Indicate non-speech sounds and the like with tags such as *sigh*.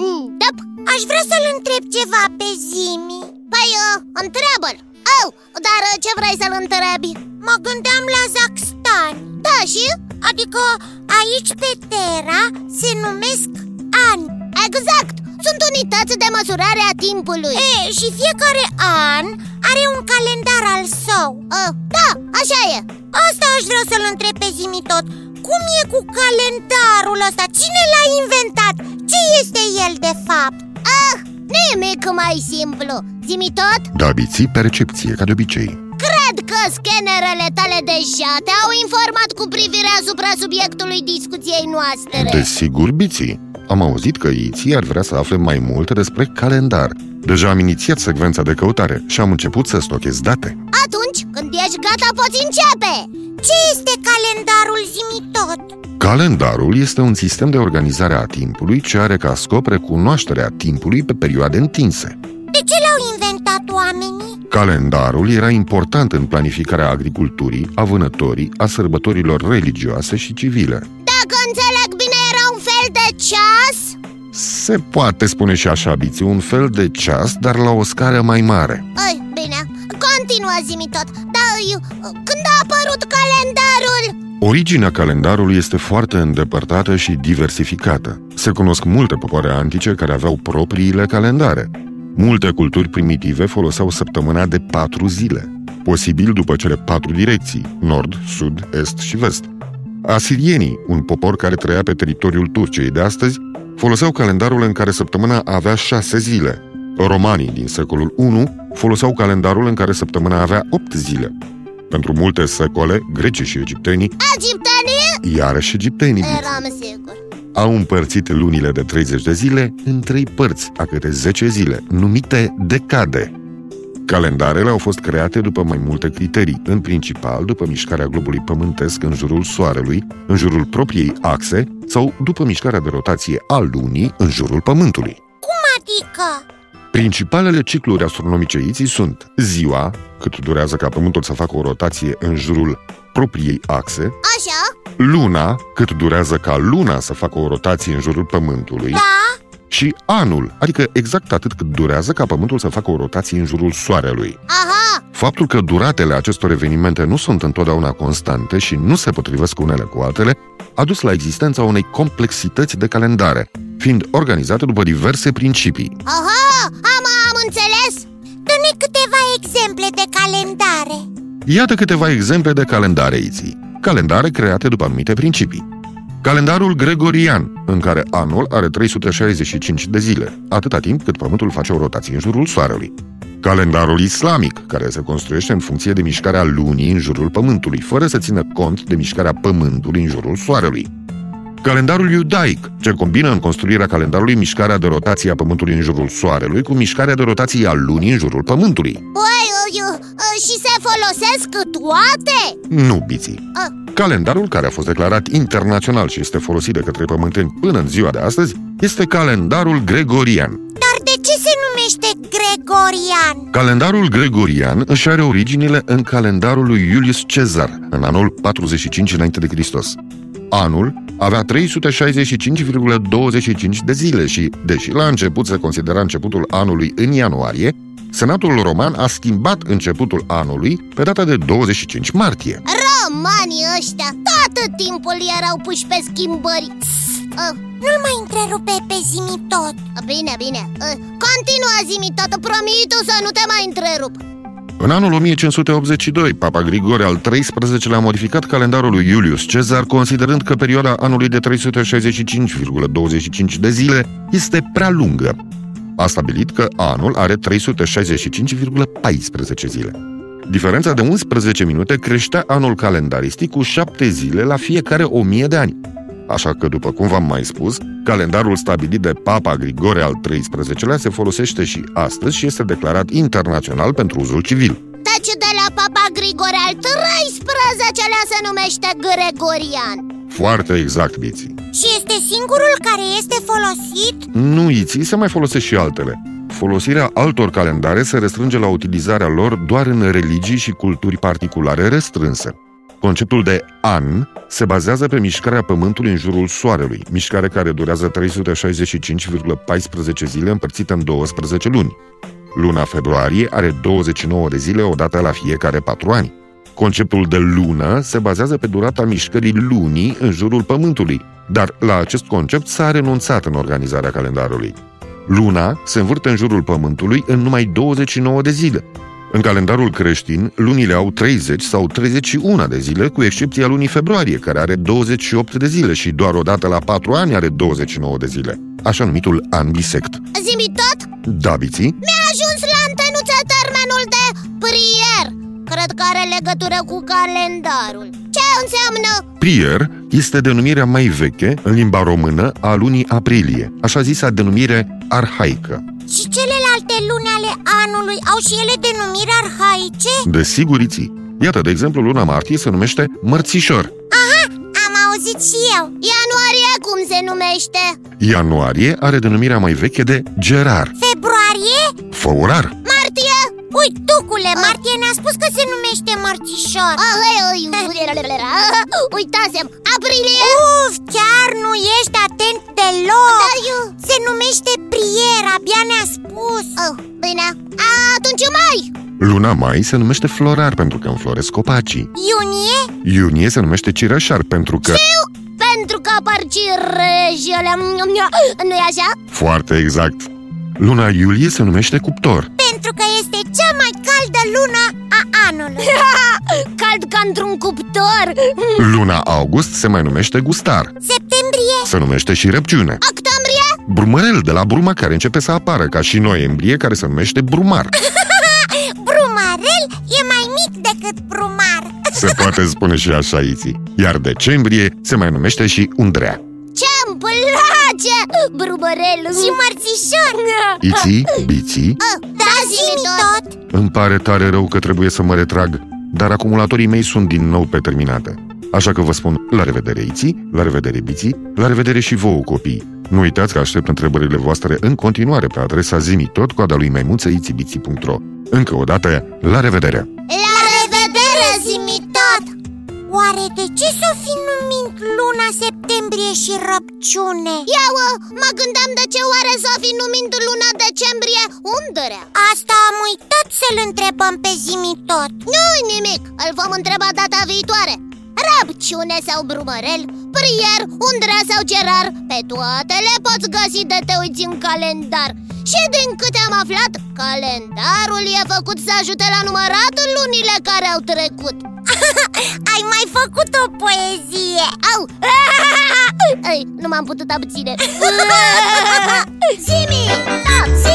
Mm. Aș vrea să-l întreb ceva pe Zimi Păi, uh, întreabă-l Au, dar uh, ce vrei să-l întrebi? Mă gândeam la Zaxtan Da, și? Adică aici pe Terra se numesc ani Exact, sunt unități de măsurare a timpului E, și fiecare an are un calendar al său uh, Da, așa e Asta aș vrea să-l întreb pe Zimi tot Cum e cu calendarul ăsta? Cine l-a inventat? Ce este el de fapt? Ah, nimic mai simplu Zimi tot, Dabiții Da, percepție, ca de obicei. Cred că scanerele tale deja te-au informat cu privire asupra subiectului discuției noastre Desigur, biții. Am auzit că iții ar vrea să afle mai multe despre calendar. Deja am inițiat secvența de căutare și am început să stochez date. Atunci, când ești gata, poți începe! Ce este calendarul zimitot? Calendarul este un sistem de organizare a timpului ce are ca scop recunoașterea timpului pe perioade întinse. De ce l-au inventat oamenii? Calendarul era important în planificarea agriculturii, a vânătorii, a sărbătorilor religioase și civile. Dacă înțeleg bine, era un fel de ceas? Se poate spune și așa, biții, un fel de ceas, dar la o scară mai mare. Ei, bine, continuă zimitot Dar eu, când a apărut calendarul? Originea calendarului este foarte îndepărtată și diversificată. Se cunosc multe popoare antice care aveau propriile calendare. Multe culturi primitive foloseau săptămâna de patru zile, posibil după cele patru direcții, nord, sud, est și vest. Asirienii, un popor care trăia pe teritoriul Turciei de astăzi, foloseau calendarul în care săptămâna avea șase zile. Romanii din secolul I foloseau calendarul în care săptămâna avea opt zile. Pentru multe secole, grecii și egiptenii Egiptenii? iarăși egiptenii Eram sigur au împărțit lunile de 30 de zile în trei părți, a câte 10 zile, numite decade. Calendarele au fost create după mai multe criterii, în principal după mișcarea globului pământesc în jurul Soarelui, în jurul propriei axe sau după mișcarea de rotație a lunii în jurul Pământului. Cum adică? Principalele cicluri astronomice iții sunt ziua, cât durează ca Pământul să facă o rotație în jurul propriei axe, Așa? luna, cât durează ca luna să facă o rotație în jurul Pământului, Da? și anul, adică exact atât cât durează ca Pământul să facă o rotație în jurul Soarelui. Aha, Faptul că duratele acestor evenimente nu sunt întotdeauna constante și nu se potrivesc unele cu altele, a dus la existența unei complexități de calendare, fiind organizate după diverse principii. aha, am, am înțeles Dă-ne câteva exemple de calendare Iată câteva exemple de calendare iții, calendare create după anumite principii. Calendarul gregorian, în care anul are 365 de zile, atâta timp cât Pământul face o rotație în jurul Soarelui. Calendarul islamic, care se construiește în funcție de mișcarea lunii în jurul Pământului, fără să țină cont de mișcarea Pământului în jurul Soarelui. Calendarul iudaic, ce combină în construirea calendarului mișcarea de rotație a Pământului în jurul Soarelui cu mișcarea de rotație a lunii în jurul Pământului. Băi, Păi, eu, și se folosesc toate? Nu biții. A. Calendarul care a fost declarat internațional și este folosit de către pământeni până în ziua de astăzi este calendarul gregorian. Dar de ce se numește Gregorian? Calendarul gregorian își are originile în calendarul lui Iulius Cezar, în anul 45 înainte de Hristos. Anul avea 365,25 de zile și, deși la început se considera începutul anului în ianuarie, Senatul Roman a schimbat începutul anului pe data de 25 martie. Romanii ăștia tot timpul erau puși pe schimbări uh. Nu-l mai întrerupe pe Zimi tot Bine, bine uh. Continuă Zimi tot, promit să nu te mai întrerup În anul 1582, Papa Grigore al XIII-lea a modificat calendarul lui Iulius Cezar, considerând că perioada anului de 365,25 de zile este prea lungă. A stabilit că anul are 365,14 zile. Diferența de 11 minute creștea anul calendaristic cu 7 zile la fiecare 1000 de ani. Așa că, după cum v-am mai spus, calendarul stabilit de Papa Grigore al XIII-lea se folosește și astăzi și este declarat internațional pentru uzul civil. Deci de la Papa Grigore al XIII-lea se numește Gregorian Foarte exact, Biții. Și este singurul care este folosit? Nu iții, se mai folosesc și altele. Folosirea altor calendare se restrânge la utilizarea lor doar în religii și culturi particulare restrânse. Conceptul de an se bazează pe mișcarea Pământului în jurul Soarelui, mișcare care durează 365,14 zile împărțită în 12 luni. Luna februarie are 29 de zile odată la fiecare 4 ani. Conceptul de lună se bazează pe durata mișcării lunii în jurul Pământului, dar la acest concept s-a renunțat în organizarea calendarului. Luna se învârte în jurul Pământului în numai 29 de zile. În calendarul creștin, lunile au 30 sau 31 de zile, cu excepția lunii februarie, care are 28 de zile și doar o dată la 4 ani are 29 de zile, așa numitul an bisect. Zimi tot? Dabiții Mi-a ajuns la întâlnuță termenul de prier Cred că are legătură cu calendarul Ce înseamnă? Prier este denumirea mai veche în limba română a lunii aprilie, așa zisa denumire arhaică. Și celelalte luni ale anului au și ele denumiri arhaice? De siguriții. Iată, de exemplu, luna martie se numește mărțișor, Am auzit și eu Ianuarie cum se numește? ianuarie are denumirea mai veche de gerar, Februarie? făurar, Martie? Ui, tucule, Martie ne-a spus că se numește Marțișor Uitasem, aprilie Uf, chiar nu ești atent deloc Dar Da, eu... Se numește Prier, abia ne-a spus oh, Bine, atunci mai Luna mai se numește florar pentru că înfloresc copacii. Iunie? Iunie se numește cireșar pentru că... Pentru că apar cireșele Nu-i așa? Foarte exact. Luna iulie se numește cuptor. Pentru că este cea mai caldă lună a anului *laughs* Cald ca într-un cuptor Luna august se mai numește gustar. Septembrie Se numește și răpciune. Octombrie Brumărel de la bruma care începe să apară, ca și noiembrie care se numește brumar. Brumarel e mai mic decât brumar Se poate spune și așa iții. Iar decembrie se mai numește și undrea. Ce îmi place Brumarel Și mărțișor Iții, biții, Da, zimi tot îmi pare tare rău că trebuie să mă retrag, dar acumulatorii mei sunt din nou pe terminate. Așa că vă spun la revedere iții, la revedere biții, la revedere și vouă copii. Nu uitați că aștept întrebările voastre în continuare pe adresa zimitot coada lui maimuțăițibiții.ro Încă o dată, la revedere! La revedere, zimi tot Oare de ce să fi numit luna septembrie și răpciune? Eu mă gândeam de ce oare să fi numit luna decembrie undere Asta am uitat să-l întrebăm pe zimi tot Nu-i nimic, îl vom întreba data viitoare Răpciune sau brumărel, prier, undrea sau gerar Pe toate le poți găsi de te uiți în calendar Și din câte am aflat, calendarul e făcut să ajute la numărat lunile care au trecut *laughs* Ai mai făcut o poezie *laughs* Au! Ei, nu m-am putut abține *laughs* Zimi! Zimi!